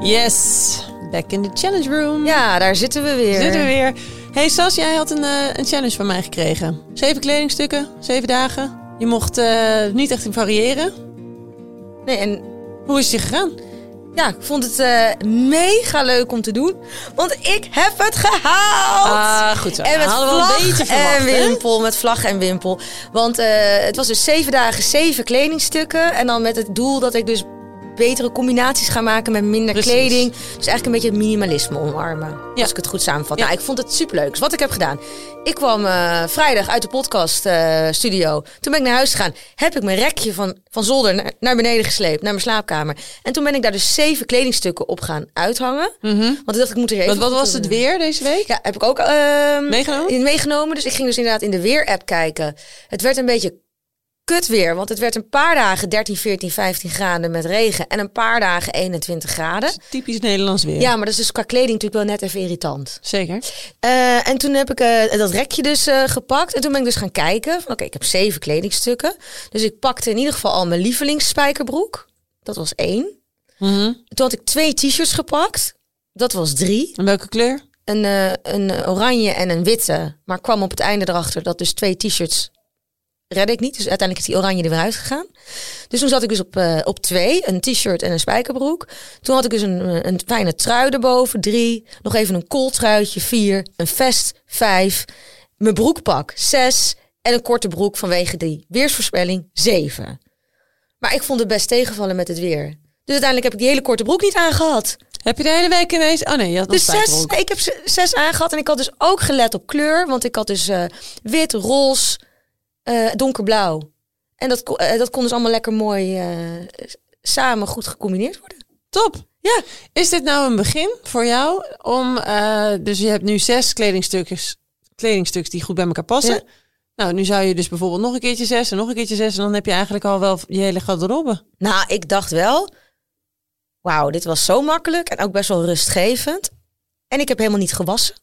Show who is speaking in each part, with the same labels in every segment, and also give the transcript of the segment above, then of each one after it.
Speaker 1: Yes, back in the challenge room.
Speaker 2: Ja, daar zitten we weer.
Speaker 1: Zitten we weer. Hey Sas, jij had een, eh, een challenge van mij gekregen. Zeven kledingstukken, zeven dagen. Je mocht eh, niet echt in variëren.
Speaker 2: Nee, en
Speaker 1: Hoe is het je gegaan?
Speaker 2: ja, ik vond het eh, mega leuk om te doen. Want ik heb het gehaald!
Speaker 1: Ah, goed zo.
Speaker 2: en met
Speaker 1: Hadden we wel
Speaker 2: vlag
Speaker 1: een beetje verwacht,
Speaker 2: en
Speaker 1: hè?
Speaker 2: wimpel, met vlag en wimpel. Want eh, het was dus zeven dagen, zeven kledingstukken. En dan met het doel dat ik dus betere combinaties ga maken met minder
Speaker 1: Precies.
Speaker 2: kleding. Dus eigenlijk een beetje het minimalisme omarmen.
Speaker 1: Ja.
Speaker 2: Als ik het goed samenvat.
Speaker 1: Ja.
Speaker 2: Nou, ik vond het superleuk. Dus wat ik heb gedaan. Ik kwam eh, vrijdag uit de podcast eh, studio. Toen ben ik naar huis gegaan. Heb ik mijn rekje van, van zolder naar, naar beneden gesleept. Naar mijn slaapkamer. En toen ben ik daar dus zeven kledingstukken op gaan uithangen.
Speaker 1: Mhm.
Speaker 2: Want ik dacht, ik moet er even...
Speaker 1: Want wat
Speaker 2: goed
Speaker 1: was
Speaker 2: op-
Speaker 1: het weer deze week?
Speaker 2: ja, heb ik ook ehm,
Speaker 1: Meegenomen?
Speaker 2: in- meegenomen. Dus ik ging dus inderdaad in de weer-app kijken. Het werd een beetje kut weer, want het werd een paar dagen 13, 14, 15 graden met regen en een paar dagen 21 graden.
Speaker 1: Typisch Nederlands weer.
Speaker 2: Ja, maar dat is dus qua kleding natuurlijk wel net even irritant.
Speaker 1: Zeker.
Speaker 2: Eh, en toen heb ik eh, dat rekje dus eh, gepakt. En toen ben ik dus gaan kijken. van, Oké, ik heb zeven kledingstukken. Dus ik pakte in ieder geval al mijn lievelingsspijkerbroek. Dat was één.
Speaker 1: Mhm.
Speaker 2: Toen had ik twee t-shirts gepakt. Dat was drie
Speaker 1: En welke kleur?
Speaker 2: een, eh, een eh, oranje en een witte. Maar kwam op het einde erachter dat dus twee t-shirts redde ik niet. Dus uiteindelijk is die oranje er weer uitgegaan. Dus toen zat ik dus op, eh, op twee. Een t-shirt en een spijkerbroek. Toen had ik dus een, eh, een fijne trui erboven. Drie. Nog even een kooltruitje. Vier. Een vest. Vijf. Mijn broekpak. Zes. En een korte broek vanwege die weersvoorspelling. Zeven. Maar ik vond het best tegenvallen met het weer. Dus uiteindelijk heb ik die hele korte broek niet aangehad.
Speaker 1: Heb je de hele week ineens... Oh nee, je had nog
Speaker 2: Dus zes,
Speaker 1: spijkerbroek.
Speaker 2: ik heb z- zes aangehad en ik had dus ook gelet op kleur. Want ik had dus eh, wit, roze, eh, donkerblauw. En dat, ko- eh, dat kon dus allemaal lekker mooi eh, s- samen goed gecombineerd worden.
Speaker 1: Top.
Speaker 2: Ja.
Speaker 1: Is dit nou een begin voor jou om... eh, dus je hebt nu zes kledingstuks, kledingstuks die goed bij elkaar passen.
Speaker 2: Ja.
Speaker 1: Nou, nu zou je dus bijvoorbeeld nog een keertje zes en nog een keertje zes. En dan heb je eigenlijk al wel je hele garderobe.
Speaker 2: Nou, ik dacht wel, wauw, dit was zo makkelijk en ook best wel rustgevend. En ik heb helemaal niet gewassen.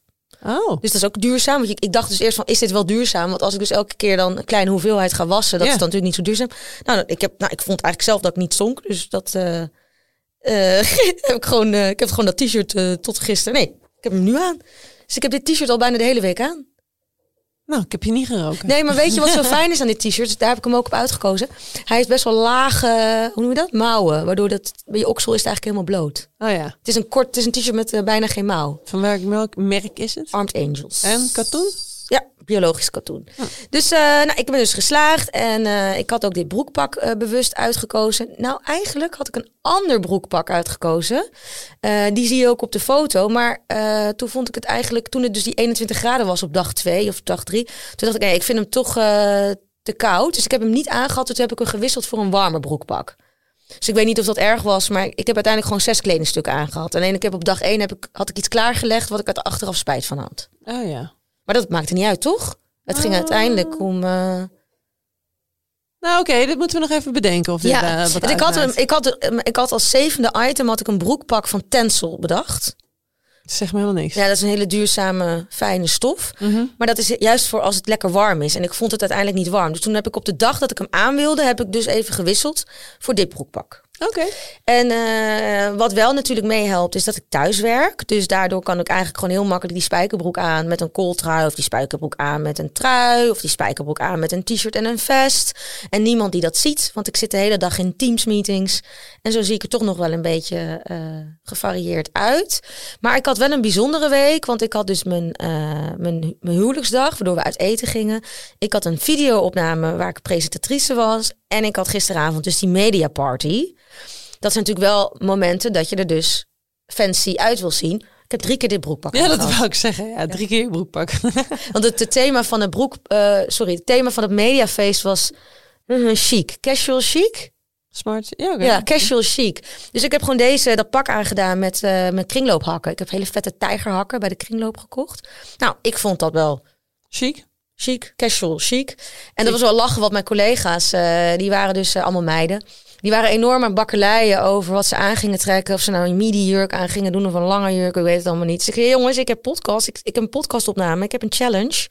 Speaker 1: Oh.
Speaker 2: Dus dat is ook duurzaam. Want ik, ik dacht dus eerst van, is dit wel duurzaam? Want als ik dus elke keer dan een kleine hoeveelheid ga wassen, dat
Speaker 1: Ja.
Speaker 2: is dan natuurlijk niet zo duurzaam. Nou, ik, heb, nou, ik vond eigenlijk zelf dat ik niet zonk. Dus dat eh, eh, heb ik gewoon, eh, ik heb gewoon dat t-shirt eh, tot gisteren. Nee, ik heb hem nu aan. Dus ik heb dit t-shirt al bijna de hele week aan.
Speaker 1: Nou, ik heb je niet geroken.
Speaker 2: Nee, maar weet je wat zo fijn is aan dit t-shirt? Dus Daar heb ik hem ook op uitgekozen. Hij is best wel lage, hoe noem je dat? Mouwen. Waardoor dat, bij je oksel is het eigenlijk helemaal bloot.
Speaker 1: Oh ja.
Speaker 2: Het is een kort, het is een t-shirt met eh, bijna geen mouw.
Speaker 1: Van welk melk- merk is het?
Speaker 2: Armed Angels.
Speaker 1: En katoen?
Speaker 2: Ja, biologisch katoen. Dus eh, nou, ik ben dus geslaagd en eh, ik had ook dit broekpak eh, bewust uitgekozen. Nou, eigenlijk had ik een ander broekpak uitgekozen. Eh, die zie je ook op de foto. Maar eh, toen vond ik het eigenlijk, toen het dus die 21 graden was op dag 2 of dag 3, toen dacht ik, nee, ik vind hem toch eh, te koud. Dus ik heb hem niet aangehad. Dus Toen heb ik hem gewisseld voor een warmer broekpak. Dus ik weet niet of dat erg was, maar ik heb uiteindelijk gewoon zes kledingstukken aangehad. Alleen ik heb op dag 1 heb ik, had ik iets klaargelegd wat ik er achteraf spijt van had.
Speaker 1: Oh ja.
Speaker 2: Maar dat maakte niet uit, toch? Het ging
Speaker 1: Ah.
Speaker 2: uiteindelijk om. eh,
Speaker 1: Nou oké, dit moeten we nog even bedenken. Of dit, eh,
Speaker 2: ja,
Speaker 1: wat
Speaker 2: want ik had,
Speaker 1: uitmaakt.
Speaker 2: een, ik, had, een- ik had als zevende item had ik een broekpak van Tencel bedacht.
Speaker 1: Het zegt me helemaal niks.
Speaker 2: Ja, dat is een hele duurzame, fijne stof.
Speaker 1: Mhm.
Speaker 2: Maar dat is juist voor als het lekker warm is. En ik vond het uiteindelijk niet warm. Dus toen heb ik op de dag dat ik hem aan wilde, heb ik dus even gewisseld voor dit broekpak.
Speaker 1: Oké.
Speaker 2: En eh, wat wel natuurlijk meehelpt, is dat ik thuis werk. Dus daardoor kan ik eigenlijk gewoon heel makkelijk die spijkerbroek aan met een kooltrui. Of die spijkerbroek aan met een trui. Of die spijkerbroek aan met een t-shirt en een vest. En niemand die dat ziet, want ik zit de hele dag in teamsmeetings. En zo zie ik er toch nog wel een beetje eh, gevarieerd uit. Maar ik had wel een bijzondere week, want ik had dus mijn, eh, mijn, mijn huwelijksdag, waardoor we uit eten gingen. Ik had een videoopname waar ik presentatrice was. En ik had gisteravond dus die mediaparty dat zijn natuurlijk wel momenten dat je er dus fancy uit wil zien. Ik heb drie keer dit broekpak.
Speaker 1: Ja, dat
Speaker 2: aangehad.
Speaker 1: wou ik zeggen. Ja, drie keer je broekpak.
Speaker 2: Want het, het thema van het broek, eh, sorry, het thema van het mediafeest was eh, chic, casual chic.
Speaker 1: Smart. Ja, oké.
Speaker 2: Ja, casual chic. Dus ik heb gewoon deze, dat pak aangedaan met, eh, met kringloophakken. Ik heb hele vette tijgerhakken bij de kringloop gekocht. Nou, ik vond dat wel
Speaker 1: Chic.
Speaker 2: chic, casual chic. En dat was wel lachen, want mijn collega's, eh, die waren dus eh, allemaal meiden. Die waren enorm aan bakkeleien over wat ze aan gingen trekken. Of ze nou een midi-jurk aan gingen doen of een lange jurk. Ik weet het allemaal niet. Dus ik zei, jongens, ik heb podcast. Ik, ik heb een podcastopname. Ik heb een challenge.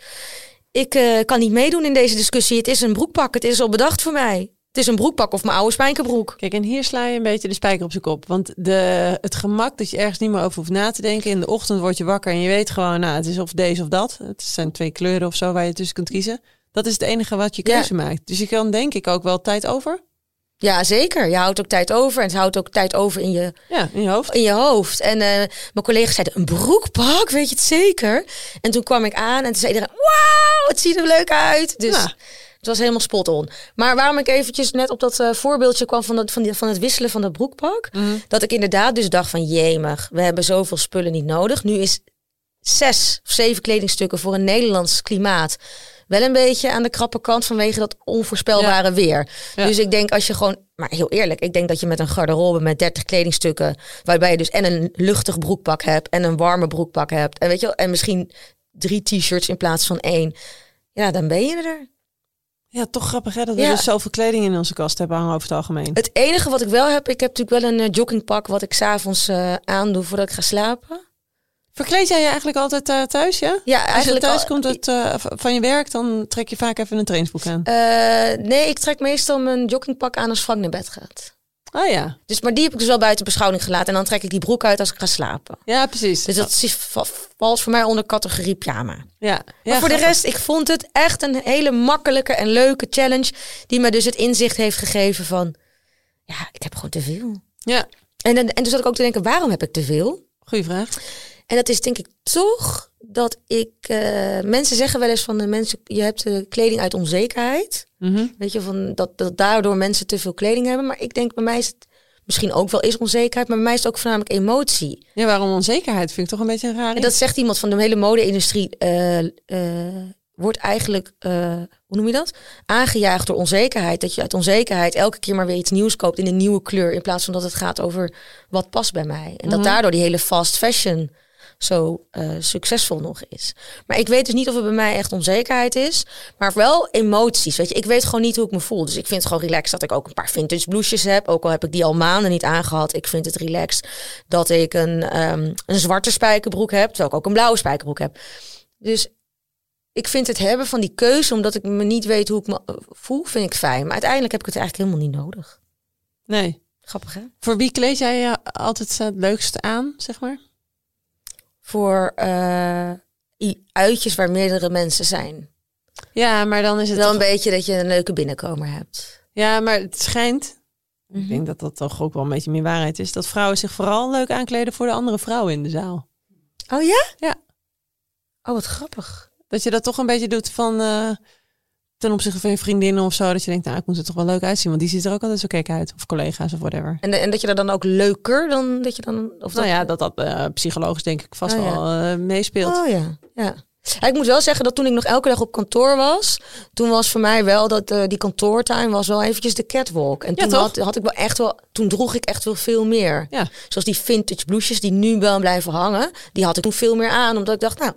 Speaker 2: Ik eh, kan niet meedoen in deze discussie. Het is een broekpak. Het is al bedacht voor mij. Het is een broekpak of mijn oude spijkerbroek.
Speaker 1: Kijk, en hier sla je een beetje de spijker op zijn kop. Want de, het gemak dat je ergens niet meer over hoeft na te denken. In de ochtend word je wakker en je weet gewoon, nou, het is of deze of dat. Het zijn twee kleuren of zo waar je tussen kunt kiezen. Dat is het enige wat je
Speaker 2: Ja.
Speaker 1: keuze maakt. Dus je kan denk ik ook wel tijd over.
Speaker 2: Ja, zeker. Je houdt ook tijd over. En het houdt ook tijd over in je,
Speaker 1: Ja, in je hoofd.
Speaker 2: in je hoofd. En eh, mijn collega zei, een broekpak, weet je het zeker? En toen kwam ik aan en toen zei iedereen, wauw, het ziet er leuk uit. Dus
Speaker 1: Ja.
Speaker 2: het was helemaal spot on. Maar waarom ik eventjes net op dat eh, voorbeeldje kwam van, dat, van, die, van het wisselen van dat broekpak.
Speaker 1: Mhm.
Speaker 2: Dat ik inderdaad dus dacht van, jemig, we hebben zoveel spullen niet nodig. Nu is zes of zeven kledingstukken voor een Nederlands klimaat wel een beetje aan de krappe kant vanwege dat onvoorspelbare weer.
Speaker 1: Ja.
Speaker 2: Dus ik denk als je gewoon, maar heel eerlijk, ik denk dat je met een garderobe met 30 kledingstukken, waarbij je dus en een luchtig broekpak hebt en een warme broekpak hebt en weet je wel, en misschien drie t-shirts in plaats van één. Ja, dan ben je er.
Speaker 1: Ja, toch grappig hè, dat we
Speaker 2: Ja.
Speaker 1: dus zoveel kleding in onze kast hebben hangen over het algemeen.
Speaker 2: Het enige wat ik wel heb, ik heb natuurlijk wel een eh, joggingpak wat ik s'avonds eh aandoe voordat ik ga slapen.
Speaker 1: Verkleed jij je eigenlijk altijd eh, thuis, ja?
Speaker 2: Ja,
Speaker 1: Als je
Speaker 2: eigenlijk
Speaker 1: thuis
Speaker 2: al-
Speaker 1: komt uit, eh, v- van je werk, dan trek je vaak even een trainingsboek aan.
Speaker 2: Eh, nee, ik trek meestal mijn joggingpak aan als Frank naar bed gaat.
Speaker 1: Ah ja,
Speaker 2: Dus, maar die heb ik dus wel buiten beschouwing gelaten. En dan trek ik die broek uit als ik ga slapen.
Speaker 1: ja precies.
Speaker 2: Dus dat is, va- valt voor mij onder categorie pyjama. Maar
Speaker 1: ja. Ja,
Speaker 2: voor de
Speaker 1: grappig.
Speaker 2: rest, ik vond het echt een hele makkelijke en leuke challenge. Die me dus het inzicht heeft gegeven van... Ja, ik heb gewoon te veel.
Speaker 1: Ja,
Speaker 2: En, en, en toen zat ik ook te denken, waarom heb ik te veel?
Speaker 1: goede vraag.
Speaker 2: En dat is denk ik toch dat ik... eh, mensen zeggen wel eens van, de mensen, je hebt eh, kleding uit onzekerheid.
Speaker 1: Mhm.
Speaker 2: Weet je, van dat, dat daardoor mensen te veel kleding hebben. Maar ik denk bij mij is het misschien ook wel eens onzekerheid. Maar bij mij is het ook voornamelijk emotie.
Speaker 1: Ja, waarom onzekerheid vind ik toch een beetje een raar.
Speaker 2: En
Speaker 1: iets.
Speaker 2: dat zegt iemand van de hele mode-industrie. eh, eh, wordt eigenlijk, eh, hoe noem je dat? Aangejaagd door onzekerheid. Dat je uit onzekerheid elke keer maar weer iets nieuws koopt in een nieuwe kleur. In plaats van dat het gaat over wat past bij mij. En dat daardoor die hele fast fashion zo eh, succesvol nog is. Maar ik weet dus niet of het bij mij echt onzekerheid is. Maar wel emoties. Weet je, ik weet gewoon niet hoe ik me voel. Dus ik vind het gewoon relaxed dat ik ook een paar vintage blouses heb. Ook al heb ik die al maanden niet aangehad. Ik vind het relaxed dat ik een, ehm, een zwarte spijkerbroek heb. Terwijl ik ook een blauwe spijkerbroek heb. Dus ik vind het hebben van die keuze, omdat ik me niet weet hoe ik me eh, voel, vind ik fijn. Maar uiteindelijk heb ik het eigenlijk helemaal niet nodig.
Speaker 1: Nee.
Speaker 2: Grappig hè?
Speaker 1: Voor wie kleed jij je altijd eh, het leukste aan, zeg maar?
Speaker 2: Voor eh, i- uitjes waar meerdere mensen zijn.
Speaker 1: Ja, maar dan is het.
Speaker 2: Wel een
Speaker 1: toch-
Speaker 2: beetje dat je een leuke binnenkomer hebt.
Speaker 1: Ja, maar het schijnt.
Speaker 2: Mhm.
Speaker 1: Ik denk dat dat toch ook wel een beetje meer waarheid is. Dat vrouwen zich vooral leuk aankleden voor de andere vrouwen in de zaal.
Speaker 2: Oh ja?
Speaker 1: Ja.
Speaker 2: Oh, wat grappig.
Speaker 1: Dat je dat toch een beetje doet van. eh, ten opzichte van je vriendinnen of zo. Dat je denkt, nou, ik moet er toch wel leuk uitzien. Want die ziet er ook altijd zo kek uit. Of collega's of whatever.
Speaker 2: En, en dat je dat dan ook leuker dan dat je dan. Of
Speaker 1: nou ja, dat dat eh, psychologisch denk ik vast
Speaker 2: Oh ja.
Speaker 1: wel eh, meespeelt.
Speaker 2: Oh ja, ja. Ja, Ik moet wel zeggen dat toen ik nog elke dag op kantoor was, toen was voor mij wel dat eh, die kantoortuin was wel eventjes de catwalk. En
Speaker 1: Ja,
Speaker 2: toen
Speaker 1: toch?
Speaker 2: had, had ik wel echt wel, toen droeg ik echt wel veel meer.
Speaker 1: Ja.
Speaker 2: Zoals die vintage blouses die nu wel blijven hangen, die had ik toen veel meer aan, omdat ik dacht, nou,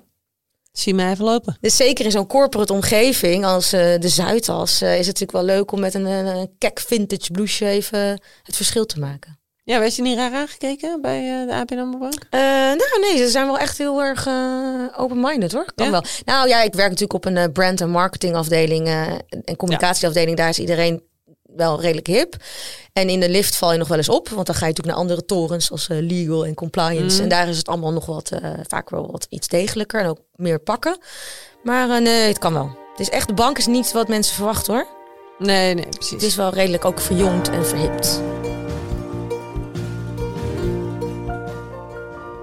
Speaker 1: Zie mij even lopen.
Speaker 2: dus zeker in zo'n corporate omgeving als eh, de Zuidas eh, is het natuurlijk wel leuk om met een, een, een kek vintage blouseje even het verschil te maken.
Speaker 1: Ja, werd je niet raar aangekeken bij eh, de ABN AMRO Bank?
Speaker 2: Eh, nou, nee, ze zijn wel echt heel erg eh, open-minded hoor. Kan
Speaker 1: Ja?
Speaker 2: wel. Nou ja, ik werk natuurlijk op een eh, brand- en marketingafdeling eh, en communicatieafdeling. Daar is iedereen wel redelijk hip. En in de lift val je nog wel eens op, want dan ga je natuurlijk naar andere torens als eh, legal en compliance. En daar is het allemaal nog wat eh, vaak wel wat iets degelijker en ook meer pakken. Maar eh, nee, het kan wel. Dus echt, de bank is niet wat mensen verwachten hoor.
Speaker 1: Nee, nee,
Speaker 2: Het
Speaker 1: precies.
Speaker 2: is wel redelijk ook verjongd en verhipt.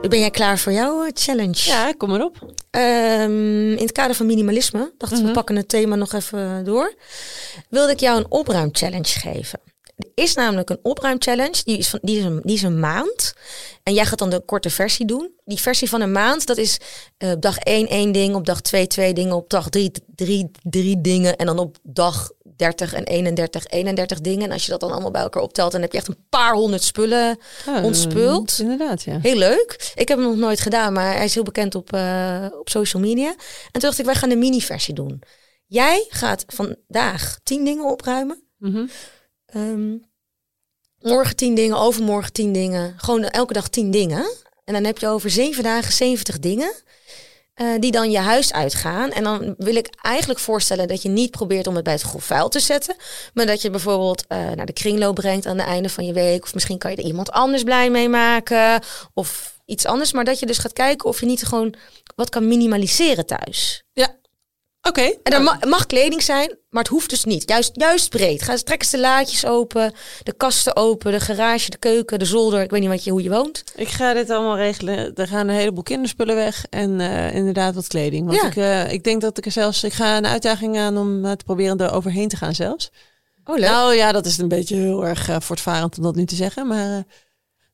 Speaker 2: Ben jij klaar voor jouw eh, challenge?
Speaker 1: Ja, kom maar op.
Speaker 2: Ehm, in het kader van minimalisme, dacht ik, we
Speaker 1: Mhm.
Speaker 2: pakken het thema nog even door. Wilde ik jou een opruimchallenge geven. Er is namelijk een opruimchallenge, die is, van, die, is een, die is een maand. En jij gaat dan de korte versie doen. Die versie van een maand, dat is eh, op dag 1 één ding, op dag 2 twee dingen, op dag 3 drie, drie dingen. En dan op dag 30 en 31, 31 dingen. En als je dat dan allemaal bij elkaar optelt, dan heb je echt een paar honderd spullen
Speaker 1: Ja,
Speaker 2: Ontspult.
Speaker 1: eh, Inderdaad, ja.
Speaker 2: Heel leuk. Ik heb hem nog nooit gedaan, maar hij is heel bekend op, eh, op social media. En toen dacht ik, wij gaan de mini-versie doen. Jij gaat vandaag tien dingen opruimen.
Speaker 1: Mhm.
Speaker 2: Ehm, morgen tien dingen, overmorgen tien dingen. Gewoon elke dag tien dingen. En dan heb je over zeven dagen zeventig dingen. eh, die dan je huis uitgaan. En dan wil ik eigenlijk voorstellen dat je niet probeert om het bij het grof vuil te zetten. Maar dat je bijvoorbeeld eh, naar de kringloop brengt aan het einde van je week. Of misschien kan je er iemand anders blij mee maken. Of iets anders. Maar dat je dus gaat kijken of je niet gewoon wat kan minimaliseren thuis.
Speaker 1: Oké. nou,
Speaker 2: En er ma- mag kleding zijn, maar het hoeft dus niet. Juist, juist breed. Ga trek eens de laadjes open, de kasten open, de garage, de keuken, de zolder. Ik weet niet wat je, hoe je woont.
Speaker 1: Ik ga dit allemaal regelen. Er gaan een heleboel kinderspullen weg en eh, inderdaad wat kleding. Want
Speaker 2: Ja.
Speaker 1: ik, eh, ik denk dat ik er zelfs... Ik ga een uitdaging aan om eh, te proberen er overheen te gaan zelfs.
Speaker 2: Oh, leuk.
Speaker 1: Nou ja, dat is een beetje heel erg eh, voortvarend om dat nu te zeggen. Maar eh,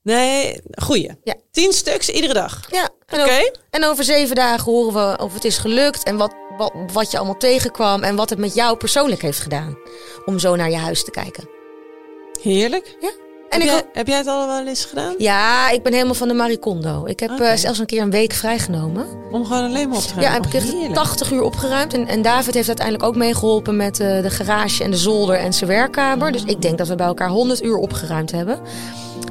Speaker 1: nee, goeie.
Speaker 2: Ja.
Speaker 1: Tien stuks iedere dag.
Speaker 2: ja, en
Speaker 1: Oké?
Speaker 2: ook- En over zeven dagen horen we of het is gelukt en wat, wat, wat je allemaal tegenkwam en wat het met jou persoonlijk heeft gedaan. Om zo naar je huis te kijken.
Speaker 1: Heerlijk.
Speaker 2: Ja.
Speaker 1: En heb,
Speaker 2: En ik
Speaker 1: jij,
Speaker 2: ho-
Speaker 1: heb jij het al wel eens gedaan?
Speaker 2: ja, ik ben helemaal van de Marie Kondo. Ik heb eh,
Speaker 1: Oké.
Speaker 2: zelfs een keer een week vrijgenomen.
Speaker 1: Om gewoon alleen maar op te gaan?
Speaker 2: Ja, heb
Speaker 1: Oh,
Speaker 2: ik echt
Speaker 1: heerlijk.
Speaker 2: 80 uur opgeruimd. En, en David heeft uiteindelijk ook meegeholpen met eh, de garage en de zolder en zijn werkkamer. Dus ik denk dat we bij elkaar 100 uur opgeruimd hebben.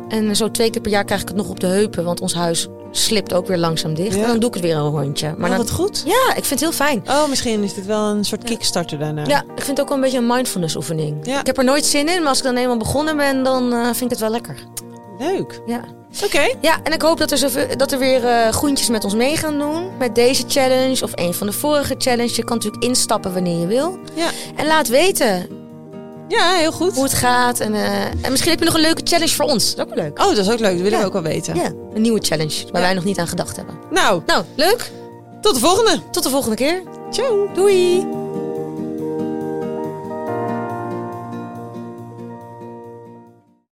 Speaker 2: En zo twee keer per jaar krijg ik het nog op de heupen, want ons huis slipt ook weer langzaam dicht.
Speaker 1: Ja.
Speaker 2: En dan doe ik het weer een rondje. Maar
Speaker 1: Maar oh,
Speaker 2: dan,
Speaker 1: wat goed.
Speaker 2: ja, ik vind het heel fijn.
Speaker 1: Oh, misschien is dit wel een soort kickstarter daarna.
Speaker 2: Ja, ik vind het ook wel een beetje een mindfulness oefening.
Speaker 1: Ja.
Speaker 2: Ik heb er nooit zin in, maar als ik dan eenmaal begonnen ben, dan eh, vind ik het wel lekker.
Speaker 1: Leuk.
Speaker 2: Ja,
Speaker 1: Oké.
Speaker 2: ja en ik hoop dat er, zoveel, dat er weer eh, groentjes met ons mee gaan doen. Met deze challenge of een van de vorige challenges. Je kan natuurlijk instappen wanneer je wil.
Speaker 1: Ja.
Speaker 2: En laat weten
Speaker 1: ja, heel goed.
Speaker 2: hoe het gaat. En, eh, en misschien heb je nog een leuke challenge voor ons. Dat is ook wel leuk.
Speaker 1: Oh, dat is ook leuk. Dat willen
Speaker 2: Ja.
Speaker 1: we ook wel weten.
Speaker 2: Ja, een nieuwe challenge waar
Speaker 1: Ja.
Speaker 2: wij nog niet aan gedacht hebben.
Speaker 1: Nou,
Speaker 2: Nou, leuk.
Speaker 1: tot de volgende.
Speaker 2: Tot de volgende keer.
Speaker 1: Ciao.
Speaker 2: Doei.